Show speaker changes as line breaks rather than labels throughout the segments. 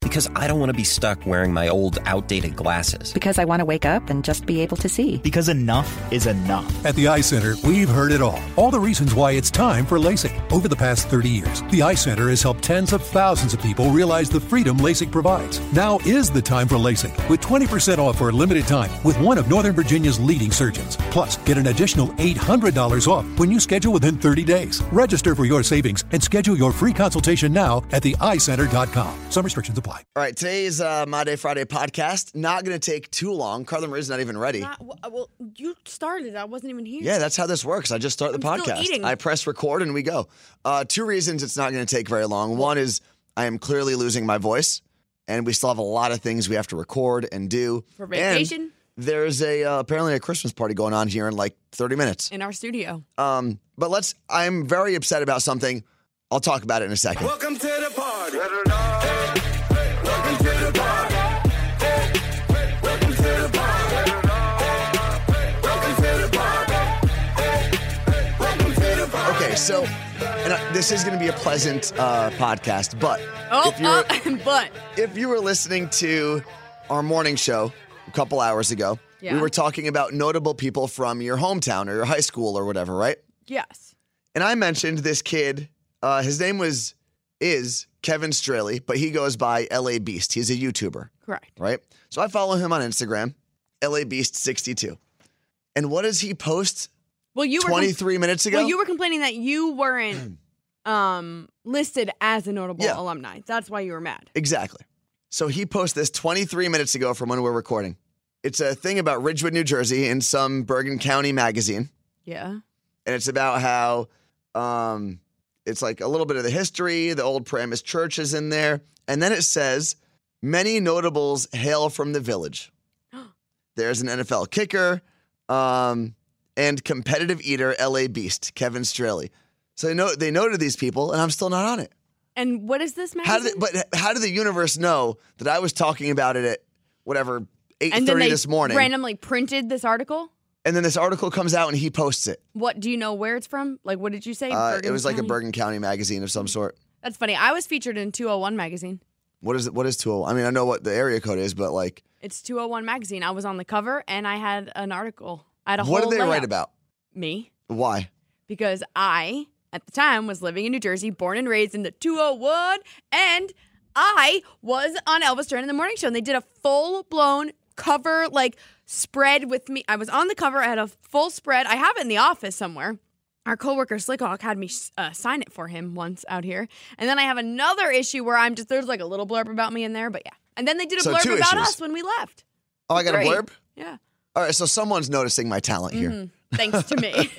because I don't want to be stuck wearing my old, outdated glasses.
Because I want to wake up and just be able to see.
Because enough is enough.
At the Eye Center, we've heard it all. All the reasons why it's time for LASIK. Over the past 30 years, the Eye Center has helped tens of thousands of people realize the freedom LASIK provides. Now is the time for LASIK, with 20% off for a limited time with one of Northern Virginia's leading surgeons. Plus, get an additional $800 off when you schedule within 30 days. Register for your savings and schedule your free consultation now at theeyecenter.com. Some restrictions apply.
All right, today is uh, My Day Friday podcast. Not going to take too long. Carla Marie's not even ready.
Not, w- uh, well, you started. I wasn't even here.
yeah, that's how this works. I just start the
I'm still
podcast.
eating.
I press record and we go. Uh, two reasons it's not going to take very long. One is I am clearly losing my voice, and we still have a lot of things we have to record and do
For
And
vacation?
there's a uh, apparently a Christmas party going on here in like 30 minutes.
in our studio.
Um, but let's. I'm very upset about something. I'll talk about it in a second.
Welcome to the party. Welcome to the party. Welcome to the party. Welcome to the party. Welcome to the party.
Okay, so and I, this is going to be a pleasant uh, podcast, but
Oh,
if you're
oh, but
if you were listening to our morning show a couple hours ago,
Yeah.
we were talking about notable people from your hometown or your high school or whatever, right?
yes,
And I mentioned this kid. Uh, his name was is Kevin Straley, but he goes by LA Beast. He's a YouTuber.
correct.
right? So I follow him on Instagram, LA Beast 62. And what does he post
Well, you were com-
23 minutes ago?
Well, you were complaining that you weren't um, listed as a notable
Yeah.
alumni. That's why you were mad.
exactly. So he posted this 23 minutes ago from when we we're recording. It's a thing about Ridgewood, New Jersey in some Bergen County magazine.
Yeah.
And it's about how um, it's like a little bit of the history, the old Paramus church is in there. And then it says many notables hail from the village. There's an NFL kicker um, and competitive eater, LA Beast, Kevin Straley. So they know they noted these people, and I'm still not on it.
And what is this
How
magazine?
did they, but how did the universe know that I was talking about it at whatever eight
and then
thirty
they
this morning?
randomly printed this article.
and then this article comes out, and he posts it.
What do you know where it's from? Like, what did you say?
Uh, it
Bergen
was like a
County?
Bergen County magazine of some sort.
That's funny. I was featured in 201 magazine.
What is what is 201? I mean, I know what the area code is, but like,
It's 201 magazine. I was on the cover and I had an article. I had a
what
whole
did they
layout.
write about?
Me.
Why?
because I, at the time, was living in New Jersey, born and raised in the 201, and I was on Elvis Duran in the Morning Show, and they did a full blown cover like spread with me. I was on the cover. I had a full spread. I have it in the office somewhere. Our coworker Slickhawk had me uh, sign it for him once out here, and then I have another issue where I'm just there's like a little blurb about me in there, but yeah. And then they did a
So
blurb
two
about
issues.
us when we left.
Oh, I got
Great.
a blurb.
Yeah,
All right, so someone's noticing my talent here.
thanks to me.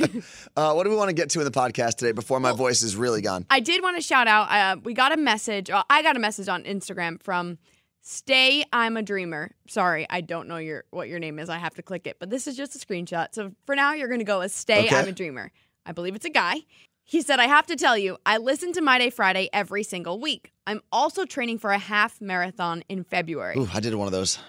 Uh, what do we want to get to in the podcast today before my voice is really gone?
I did want to shout out. Uh, we got a message. Uh, I got a message on Instagram from "Stay I'm a Dreamer." Sorry, I don't know your what your name is. I have to click it, but this is just a screenshot. So for now, you're going to go as "Stay
Okay.
I'm a Dreamer." I believe it's a guy. He said, "I have to tell you, I listen to My Day Friday every single week. I'm also training for a half marathon in February."
Ooh, I did one of those.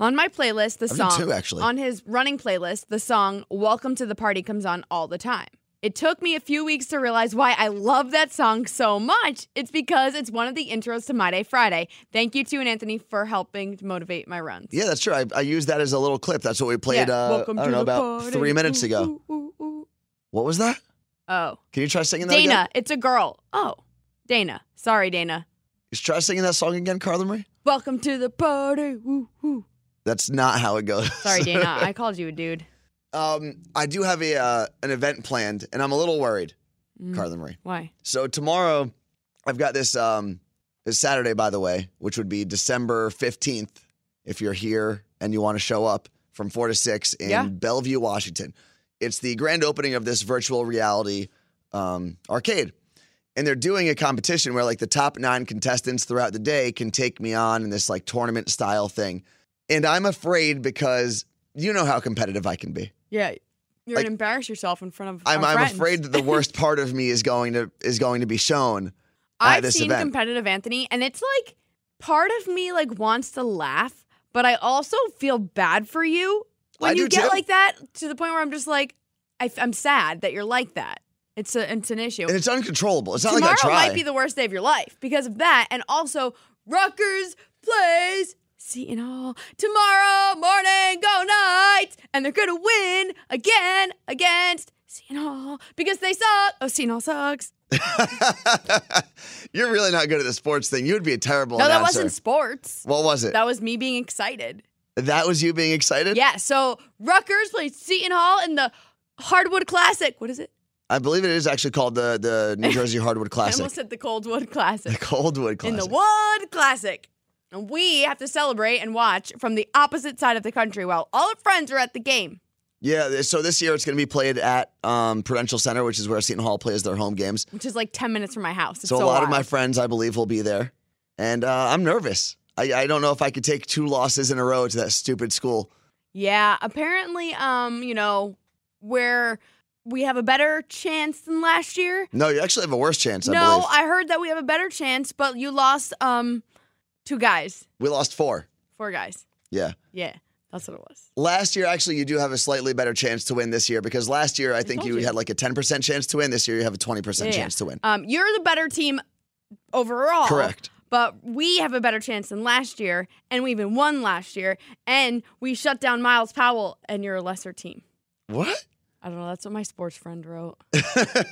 On my playlist, the
I've done
song
two, actually.
on his running playlist, the song "Welcome to the Party" comes on all the time. It took me a few weeks to realize why I love that song so much. It's because it's one of the intros to My Day Friday. Thank you to and Anthony for helping to motivate my runs.
Yeah, that's true. I, I used that as a little clip. That's what we played.
Yeah.
Uh, I
Welcome
don't
to
know
the
about
party.
three minutes
Ooh,
ago.
ooh, ooh, ooh.
What was that?
Oh,
Can you try singing that again?
Dana, it's a girl. Oh, Dana. Sorry, Dana.
You try singing that song again, Carla Marie.
Welcome to the party. Woo, woo.
That's not how it goes.
Sorry, Dana. I called you a dude.
um, I do have a uh, an event planned, and I'm a little worried,
Mm.
Carla Marie.
Why?
So tomorrow, I've got this um this Saturday, by the way, which would be December fifteenth. If you're here and you want to show up from four to six in
Yeah.
Bellevue, Washington, it's the grand opening of this virtual reality um, arcade, and they're doing a competition where like the top nine contestants throughout the day can take me on in this like tournament style thing, and I'm afraid because you know how competitive I can be.
Yeah, you're
Like-
gonna embarrass yourself in front of.
I'm,
our
I'm
friends.
afraid that the worst part of me is going to is going to be shown. at
I've
this
seen
event.
competitive Anthony, and it's like part of me like wants to laugh, but I also feel bad for you when
I
you
do
get
too.
like that to the point where I'm just like, I, am sad that you're like that. It's a it's an issue.
And it's uncontrollable. It's not
Tomorrow
like I try.
might be the worst day of your life because of that, and also Rutgers play see it all. Tomorrow morning, go night. And they're going to win again against Seton Hall because they suck. Oh, Seton Hall sucks.
You're really not good at the sports thing. You would be a terrible
no, that
announcer.
wasn't sports.
What was it?
That was me being excited.
That was you being excited?
Yeah, so Rutgers played Seton Hall in the Hardwood Classic. What is it?
I believe it is actually called the, the New Jersey Hardwood
I
Classic.
almost said the Coldwood
the
Classic.
Coldwood
In
Classic.
the Wood Classic. And we have to celebrate and watch from the opposite side of the country while all our friends are at the game.
yeah, th- so this year it's going to be played at um, Prudential Center, which is where Seton Hall plays their home games.
which is like 10 minutes from my house. It's
So, a lot of
wild.
my friends, I believe, will be there. And uh, I'm nervous. I, I don't know if I could take two losses in a row to that stupid school.
Yeah, apparently um, you know, where we have a better chance than last year.
No, you actually have a worse chance, I
no,
believe.
I heard that we have a better chance, but you lost um two guys,
we lost four.
four guys.
Yeah.
Yeah, that's what it was.
Last year, actually, you do have a slightly better chance to win this year because last year, I think
told
you,
you.
had like a 10% chance to win. This year, you have a 20%
Yeah, yeah.
chance to win.
Um, you're the better team overall.
Correct.
But we have a better chance than last year, and we even won last year, and we shut down Miles Powell, and you're a lesser team.
What?
I don't know. That's what my sports friend wrote.
Is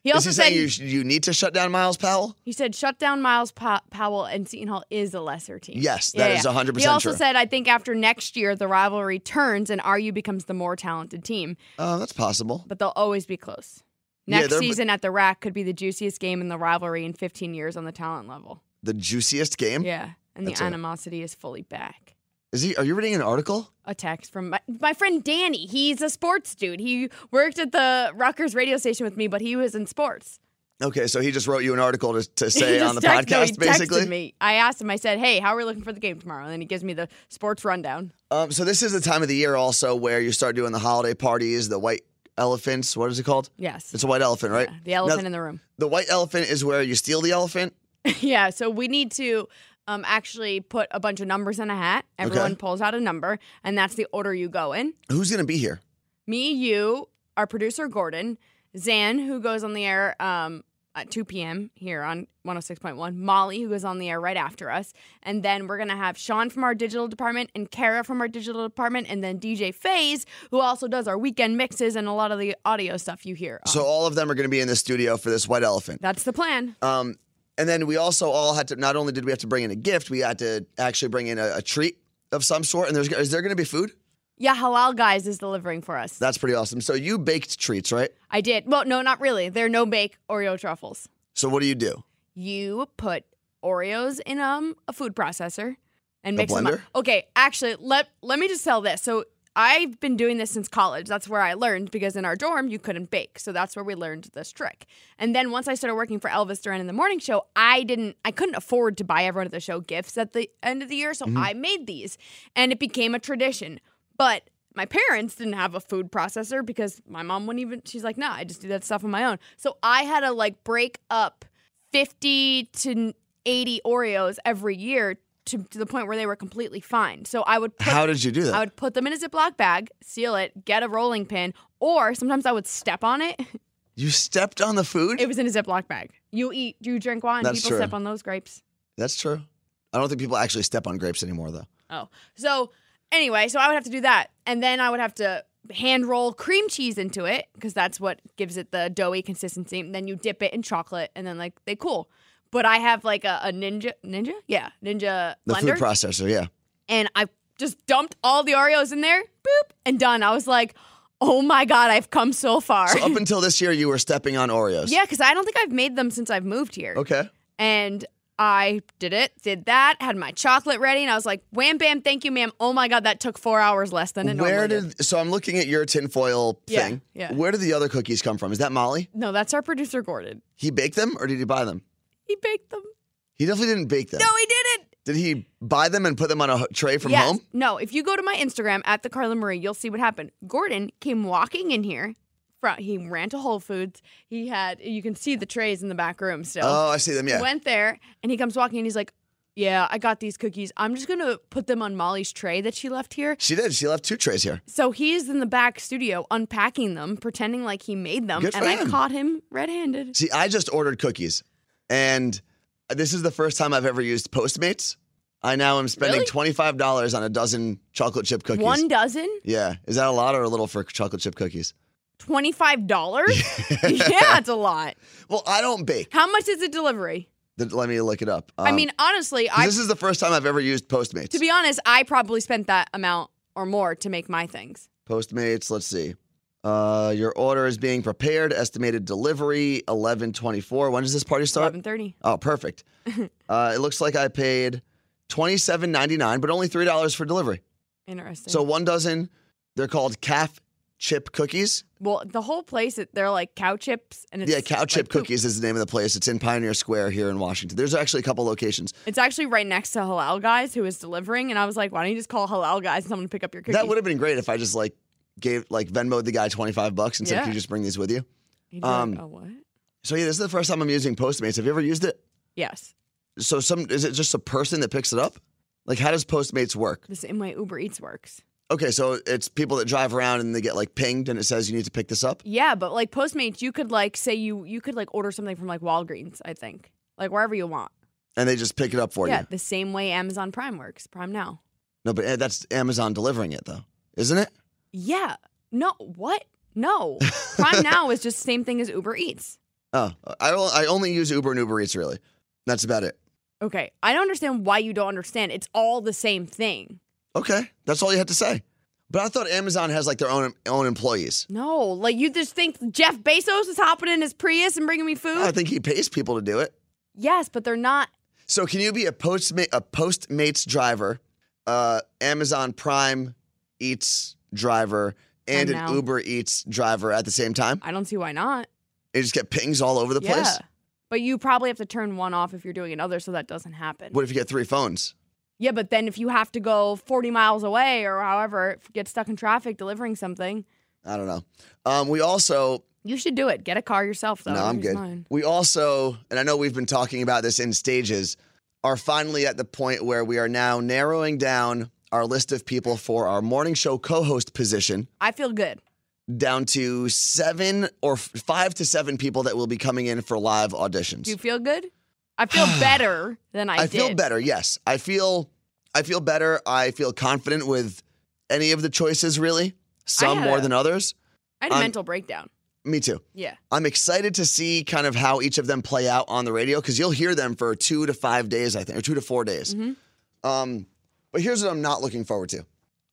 He also
he
said
saying you, sh- you need to shut down Miles Powell?
He said, shut down Miles Pa- Powell and Seton Hall is a lesser team.
Yes,
that
that
is
is 100%
He also
true.
said, I think after next year, the rivalry turns and RU becomes the more talented team,
Oh, that's possible.
but they'll always be close.
Yeah,
Next
they're-
season at the rack could be the juiciest game in the rivalry in 15 years on the talent level.
The juiciest game?
Yeah. And
That's
the
a-
animosity is fully back.
Is he? Are you reading an article?
A text from my, my friend Danny. He's a sports dude. He worked at the Rutgers radio station with me, but he was in sports.
Okay, so he just wrote you an article to, to
He
say on the
just text- no, he
podcast, basically.
Texted me. I asked him. I said, "Hey, how are we looking for the game tomorrow?" And then he gives me the sports rundown.
Um, so this is the time of the year also where you start doing the holiday parties, the white elephants. What is it called?
Yes,
It's a white elephant, right?
the elephant
Now,
in the room.
the white elephant is where you steal the elephant.
yeah, so we need to um, actually put a bunch of numbers in a hat. Everyone pulls out a number, and that's the order you go in.
Who's gonna be here?
Me, you, our producer Gordon, Zan, who goes on the air um, at 2 p.m. here on 106.1, Molly, who goes on the air right after us, and then we're gonna have Sean from our digital department and Kara from our digital department, and then DJ Faze, who also does our weekend mixes and a lot of the audio stuff you hear. um,
So all of them are gonna be in the studio for this white elephant.
that's the plan.
Um, and then we also all had to. Not only did we have to bring in a gift, we had to actually bring in a, a treat of some sort. And there's is there gonna be food?
Yeah, Halal Guys is delivering for us.
That's pretty awesome. So you baked treats, right?
I did. Well, no, not really. They're no bake Oreo truffles.
So what do you do?
You put Oreos in um a food processor and
A
mix them up.
blender?
Okay, actually, let let me just tell this. So I've been doing this since college. That's where I learned because in our dorm you couldn't bake. So that's where we learned this trick. And then once I started working for Elvis Duran in the morning show, I didn't I couldn't afford to buy everyone at the show gifts at the end of the year,
Mm-hmm.
so I made these and it became a tradition. But my parents didn't have a food processor because my mom wouldn't even she's like, "Nah, I just do that stuff on my own." So I had to like break up 50 to 80 Oreos every year to, to the point where they were completely fine. So I would put
How did you do that?
I would put them in a Ziploc bag, seal it, get a rolling pin, or sometimes I would step on it.
you stepped on the food.
It was in a Ziploc bag. You eat, you drink wine,
That's
people
true.
step on those grapes.
That's true. I don't think people actually step on grapes anymore, though.
Oh. So anyway, so I would have to do that. And then I would have to hand roll cream cheese into it because that's what gives it the doughy consistency. And then you dip it in chocolate and then like they cool. But I have like a, a ninja ninja? Yeah, ninja
The
blender.
food processor, yeah.
and I just dumped all the Oreos in there, boop, and done. I was like, oh my God, I've come so far.
So uh, up until this year, you were stepping on Oreos.
yeah, because I don't think I've made them since I've moved here.
Okay.
And I did it, did that, had my chocolate ready, and I was like, wham, bam, thank you, ma'am. Oh my God, that took four hours less than it
Where
normally did.
did so I'm looking at your tinfoil
Yeah,
thing.
yeah.
Where did the other cookies come from? Is that Molly?
No, that's our producer, Gordon.
He baked them or did he buy them?
He baked them.
He definitely didn't bake them.
No, he didn't.
Did he buy them and put them on a h- tray from
yes.
home?
No, if you go to my Instagram at the Carla Marie, you'll see what happened. Gordon came walking in here. From, he ran to Whole Foods. He had, you can see the trays in the back room still.
Oh, I see them. Yeah.
went there and he comes walking and he's like, Yeah, I got these cookies. I'm just gonna put them on Molly's tray that she left here.
she did. She left two trays here.
So he's in the back studio unpacking them, pretending like he made them,
Good for
and I
him.
caught him red handed.
See, I just ordered cookies, and this is the first time I've ever used Postmates. I now am spending
Really?
$25 on a dozen chocolate chip cookies.
One dozen?
yeah. Is that a lot or a little for chocolate chip cookies?
$25? yeah, it's a lot.
Well, I don't bake.
How much is the delivery?
Th- Let me look it up.
I
Um,
mean, honestly,
'cause
I
this is the first time I've ever used Postmates.
to be honest, I probably spent that amount or more to make my things.
Postmates, let's see. Uh, your order is being prepared. Estimated delivery 11:24. When does this party start?
Eleven thirty.
Oh, perfect. uh, it looks like I paid 27.99, but only three dollars for delivery.
Interesting.
So one dozen. They're called calf chip cookies.
well, the whole place it- they're like cow chips and it's
yeah, cow chip
like poop.
cookies is the name of the place. It's in Pioneer Square here in Washington. There's actually a couple locations.
It's actually right next to Halal Guys who was delivering, and I was like, why don't you just call Halal Guys and someone to pick up your cookies?
That would have been great if I just like gave like Venmoed the guy 25 bucks and said,
Yeah.
"Can you just bring these with you?"
He'd be like,
um,
oh, what?
So yeah, this is the first time I'm using Postmates. Have you ever used it?
Yes,
so some is it just a person that picks it up? Like how does Postmates work?
the same way Uber Eats works.
Okay, so it's people that drive around and they get like pinged and it says you need to pick this up.
Yeah, but like Postmates, you could like say you you could like order something from like Walgreens, I think, like wherever you want.
And they just pick it up for
yeah,
you.
the same way Amazon Prime works. Prime Now.
No, but eh, that's Amazon delivering it though. Isn't it?
Yeah. No. What? No. Prime Now is just the same thing as Uber Eats.
Oh, I o- I only use Uber and Uber Eats really. That's about it.
Okay. I don't understand why you don't understand. It's all the same thing.
Okay, that's all you had to say. But I thought Amazon has like their own own employees.
No. Like you just think Jeff Bezos is hopping in his Prius and bringing me food?
I think he pays people to do it.
yes, but they're not.
So can you be a Postma- a Postmates driver, uh, Amazon Prime Eats driver, and
I
an
know.
Uber Eats driver at the same time?
I don't see why not.
You just get pings all over the
yeah.
place.
But you probably have to turn one off if you're doing another, so that doesn't happen.
What if you get three phones?
Yeah, but then if you have to go 40 miles away or however, if you get stuck in traffic delivering something,
I don't know. Um, we also
you should do it. Get a car yourself, though.
no, I'm good.
Here's mine.
We also, and I know we've been talking about this in stages, are finally at the point where we are now narrowing down our list of people for our morning show co-host position
I feel good.
down to seven or f- five to seven people that will be coming in for live auditions.
Do you feel good? I feel better than I,
I,
did.
feel better. Yes, I feel I feel better. I feel confident with any of the choices. Really, some
had
more
a-
than others.
I had a
I'm-
mental breakdown.
Me too.
Yeah.
I'm excited to see kind of how each of them play out on the radio because you'll hear them for two to five days, I think, or two to four days.
Mm-hmm.
Um, but here's what I'm not looking forward to.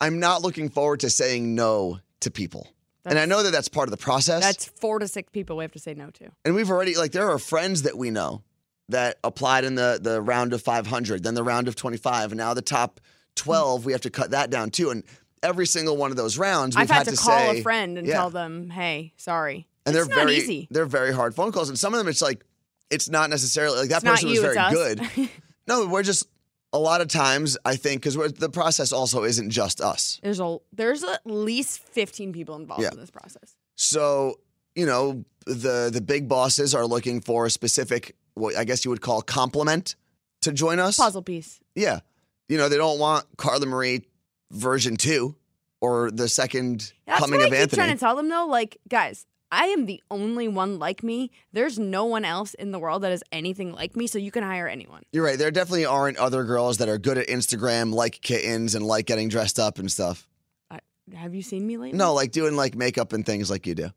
I'm not looking forward to saying no to people. and I know that that's part of the process.
That's four to six people we have to say no to.
and we've already like there are friends that we know that applied in the the round of 500 then the round of 25 and now the top
Mm-hmm.
12 we have to cut that down too and every single one of those rounds we've
I've had, to, call
say,
a friend and
yeah.
tell them, hey, sorry.
and
it's
they're
not
very
easy.
they're very hard phone calls and some of them it's like it's not necessarily like that
It's not
person was
you, it's
very
us.
good no we're just a lot of times i think because the process also isn't just us
There's a there's at least 15 people involved
Yeah.
in this process.
So, you know, the the big bosses are looking for a specific what I guess you would call compliment to join us.
Puzzle piece.
Yeah. You know, they don't want Carla Marie version 2 or the second
That's
coming
what
of
I keep
Anthony.
trying to tell them though. Like, guys, I am the only one like me. There's no one else in the world that is anything like me, so you can hire anyone.
You're right. There definitely aren't other girls that are good at Instagram, like kittens and like getting dressed up and stuff.
I, have you seen me lately?
No, like doing like makeup and things like you do.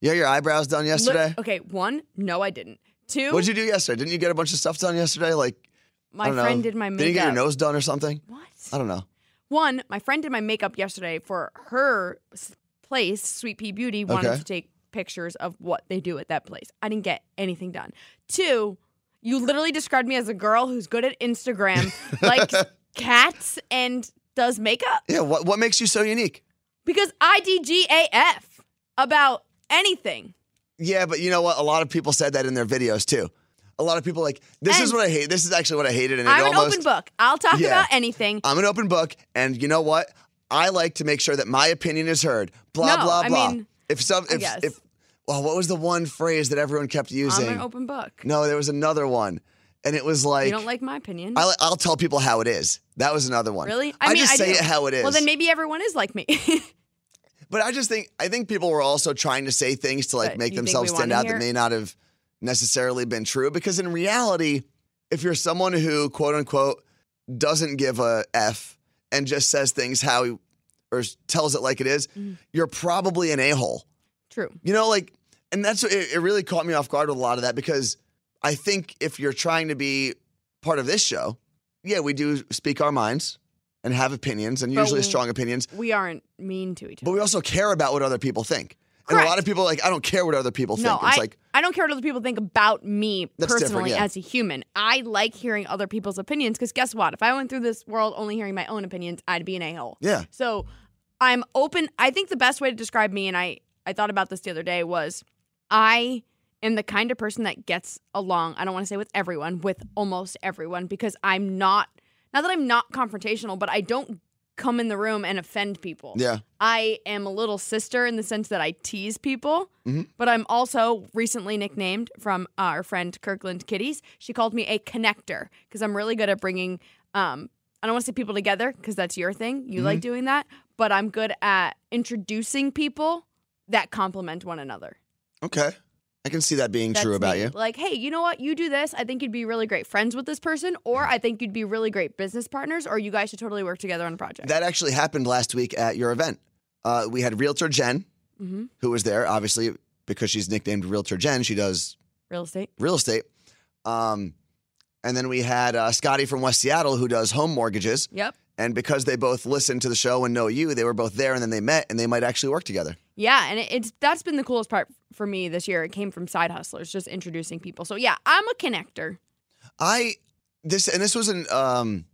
You had your eyebrows done
Look-
yesterday?
okay, one, no, I didn't. Two,
What'd you do yesterday? Didn't you get a bunch of stuff done yesterday? Like I
my
don't know.
friend did my makeup.
Didn't you get your nose done or something?
What?
I don't know.
One, my friend did my makeup yesterday for her s- place, Sweet Pea Beauty, wanted
Okay.
to take pictures of what they do at that place. I didn't get anything done. Two, you literally described me as a girl who's good at Instagram, likes cats, and does makeup
Yeah, what what makes you so unique?
because IDGAF about anything.
Yeah, but you know what? A lot of people said that in their videos too. A lot of people like this is
And-
what I hate. This is actually what I hated, and it
I'm an
almost
open book. I'll talk
Yeah.
about anything.
I'm an open book, and you know what? I like to make sure that my opinion is heard. Blah
No,
blah
I
blah.
mean,
if some
I
if
guess.
if well, what was the one phrase that everyone kept using?
I'm an open book.
no, there was another one, and it was like
you don't like my opinion.
I, will tell people how it is. That was another one.
Really?
I, just say
do.
it how it is.
Well, then maybe everyone is like me.
But I just think I think people were also trying to say things to like
But
make
you think we
themselves stand
wanna
out that
hear-
may not have necessarily been true. Because in reality, if you're someone who quote unquote doesn't give a F and just says things how he, or tells it like it is,
Mm-hmm.
you're probably an a hole.
True.
You know, like, and that's it, it really caught me off guard with a lot of that because I think if you're trying to be part of this show, yeah, we do speak our minds and have opinions and
But
usually
we-
strong opinions,
We aren't mean to each
but
other.
we also care about what other people think. And a lot
Correct.
of people are like, I don't care what other people
no,
think. It's
I,
like,
I don't care what other people think about me
That's different,
personally
yeah.
as a human. I like hearing other people's opinions because guess what? If I went through this world only hearing my own opinions, I'd be an a hole.
yeah,
So I'm open. I think the best way to describe me, and I, I thought about this the other day, was I am the kind of person that gets along, I don't want to say with everyone, with almost everyone, because I'm not, not that I'm not confrontational, but I don't come in the room and offend people.
yeah,
I am a little sister in the sense that I tease people,
Mhm.
but I'm also recently nicknamed from our friend Kirkland Kitties. She called me a connector because I'm really good at bringing, um, I don't want to say people together because that's your thing. You
Mm-hmm.
like doing that, but I'm good at introducing people that complement one another.
okay. I can see that being
That's
true about
me.
you.
Like, hey, you know what? You do this. I think you'd be really great friends with this person, or I think you'd be really great business partners, or you guys should totally work together on a project.
That actually happened last week at your event. Uh, we had Realtor Jen,
Mhm.
who was there, obviously, because she's nicknamed Realtor Jen. She does
Real estate.
real estate. Um, and then we had uh, Scotty from West Seattle, who does home mortgages.
Yep.
And because they both listen to the show and know you, they were both there and then they met and they might actually work together.
Yeah, and it, it's that's been the coolest part for me this year. It came from side hustlers, just introducing people. So yeah, I'm a connector.
I this and this was an um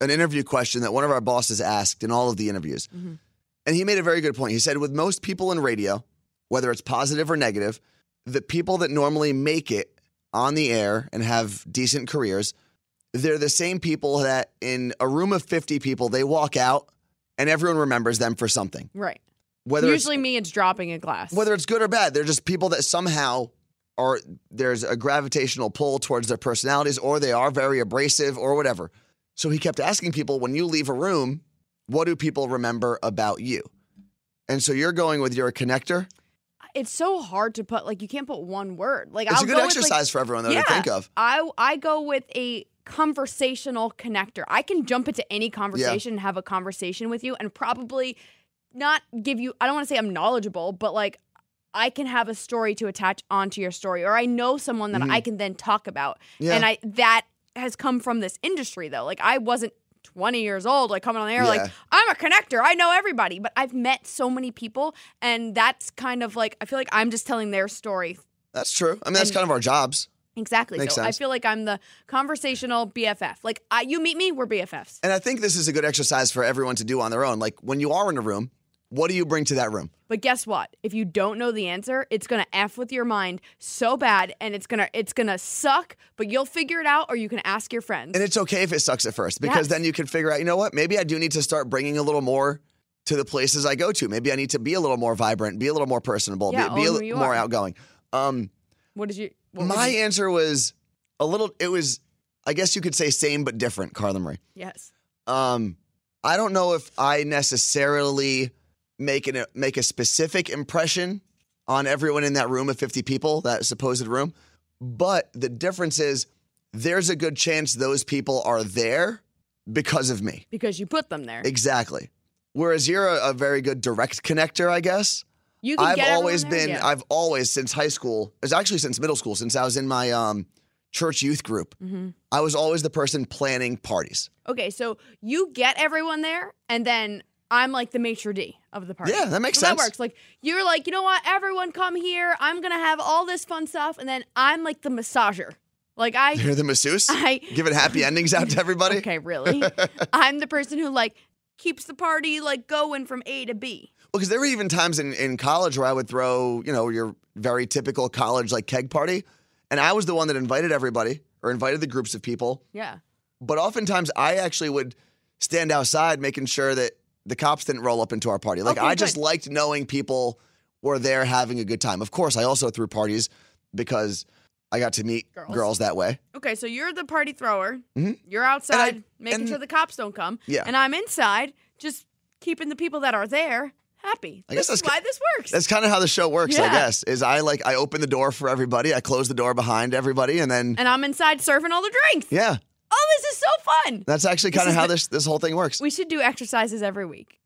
an interview question that one of our bosses asked in all of the interviews.
Mhm.
And he made a very good point. He said with most people in radio, whether it's positive or negative, the people that normally make it on the air and have decent careers, they're the same people that in a room of 50 people, they walk out and everyone remembers them for something.
Right.
Whether it's-
Usually me, it's dropping a glass.
whether it's good or bad. They're just people that somehow are there's a gravitational pull towards their personalities, or they are very abrasive, or whatever. So he kept asking people, when you leave a room, what do people remember about you? And so you're going with your connector.
it's so hard to put like you can't put one word. Like
It's
I'll
a good
go with, like-
exercise for everyone though
yeah,
to think of.
I I go with a conversational connector. I can jump into any conversation and have a conversation with you, and probably not give you. I don't want to say I'm knowledgeable, but like I can have a story to attach onto your story, or I know someone that I can then talk about.
Mm-hmm. Yeah.
And I that has come from this industry though. Like I wasn't 20 years old, like coming on the air,
Yeah.
like I'm a connector. I know everybody, but I've met so many people, and that's kind of like I feel like I'm just telling their story
That's true. I mean, that's
And-
kind of our jobs.
Exactly.
Makes
so
sense.
I feel like I'm the conversational BFF. Like I, you meet me, we're BFFs.
And I think this is a good exercise for everyone to do on their own. Like when you are in a room, what do you bring to that room?
But guess what? If you don't know the answer, it's gonna f with your mind so bad, and it's gonna it's gonna suck. But you'll figure it out, or you can ask your friends.
And it's okay if it sucks at first because
Yes.
then you can figure out, you know what, maybe I do need to start bringing a little more to the places I go to. Maybe I need to be a little more vibrant, be a little more personable,
Yeah,
be, be a
own who
li-
you
more
are.
outgoing. Um,
what did you? What would
my
you-
answer was a little, it was, I guess you could say same but different, Carla Marie.
yes.
Um, I don't know if I necessarily make, an, make a specific impression on everyone in that room of 50 people, that supposed room, but the difference is there's a good chance those people are there because of me.
Because you put them there.
Exactly. Whereas you're a, a very good direct connector, I guess.
You can
I've
get everyone
always
there,
been,
yeah.
I've always since high school, it's actually since middle school, since I was in my um, church youth group,
Mm-hmm.
I was always the person planning parties.
okay, so you get everyone there, and then I'm like the maitre d of the party.
Yeah, that makes
so
sense.
That works. Like you're like, you know what? Everyone come here. I'm gonna have all this fun stuff, and then I'm like the massager. Like I
You're the masseuse,
I-
giving happy endings out to everybody.
Okay, really? I'm the person who like keeps the party like going from A to B.
Because there were even times in, in college where I would throw, you know, your very typical college like keg party. And I was the one that invited everybody or invited the groups of people.
Yeah.
But oftentimes I actually would stand outside making sure that the cops didn't roll up into our party. Like
Okay,
I just
good.
liked knowing people were there having a good time. Of course, I also threw parties because I got to meet girls,
Girls.
that way.
Okay, so you're the party thrower.
Mhm.
You're outside making
and-
sure the cops don't come.
Yeah.
And I'm inside just keeping the people that are there happy.
I guess
this is
that's
why this works.
That's kind of how the show works, I
Yeah.
guess. Is I like I open the door for everybody, I close the door behind everybody, and then
and I'm inside serving all the drinks.
yeah,
Oh, this is so fun.
That's actually kind of
is
how
the-
this this whole thing works.
We should do exercises every week.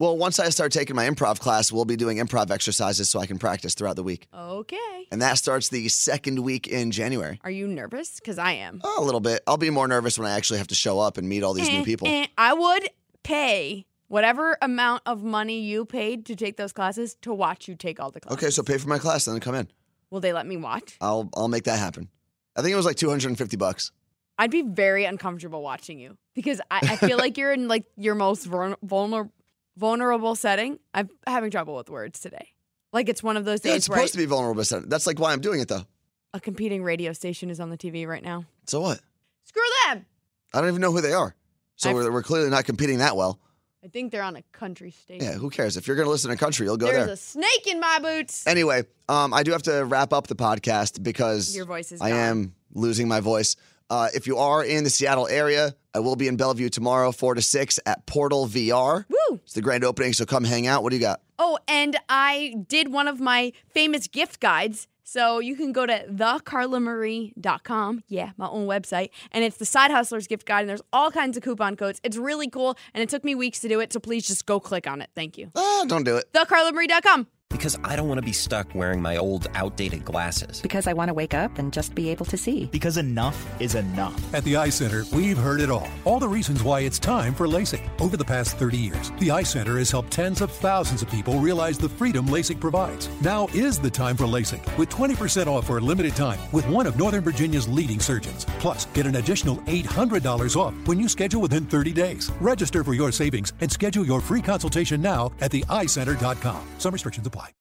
well, once I start taking my improv class, we'll be doing improv exercises so I can practice throughout the week.
Okay.
And that starts the second week in January.
Are you nervous? Because I am.
Oh, a little bit. I'll be more nervous when I actually have to show up and meet all these
Eh,
new people.
eh, I would pay whatever amount of money you paid to take those classes to watch you take all the classes.
Okay, so pay for my class and then come in.
will they let me watch?
I'll I'll make that happen. I think it was like 250 bucks.
I'd be very uncomfortable watching you because I, I feel like you're in like your most vulnerable vulnerable setting. I'm having trouble with words today. Like it's one of those
Yeah, it's
days where I-
supposed to be vulnerable. but That's like why I'm doing it though.
a competing radio station is on the TV right now.
So what?
Screw them.
I don't even know who they are. So
I've-
we're, we're clearly not competing that well.
I think they're on a country station.
Yeah, who cares? If you're going to listen to country, you'll go
There's
there.
a snake in my boots.
Anyway, um, I do have to wrap up the podcast because
Your voice is
I
gone.
am losing my voice. Uh, if you are in the Seattle area, I will be in Bellevue tomorrow, 4 to 6 at Portal VR.
Woo!
It's the grand opening, so come hang out. What do you got?
Oh, and I did one of my famous gift guides. So you can go to thecarlamarie.com. Yeah, my own website. And it's the Side Hustlers gift guide, and there's all kinds of coupon codes. It's really cool, and it took me weeks to do it. So please just go click on it. Thank you.
Ah, don't do it.
Thecarlamarie.com.
Because I don't want to be stuck wearing my old outdated glasses.
Because I want to wake up and just be able to see.
Because enough is enough.
At the Eye Center, we've heard it all. All the reasons why it's time for LASIK. Over the past 30 years, the Eye Center has helped tens of thousands of people realize the freedom LASIK provides. Now is the time for LASIK with 20% off for a limited time with one of Northern Virginia's leading surgeons. Plus, get an additional $800 off when you schedule within 30 days. Register for your savings and schedule your free consultation now at theeyecenter.com. Some restrictions apply.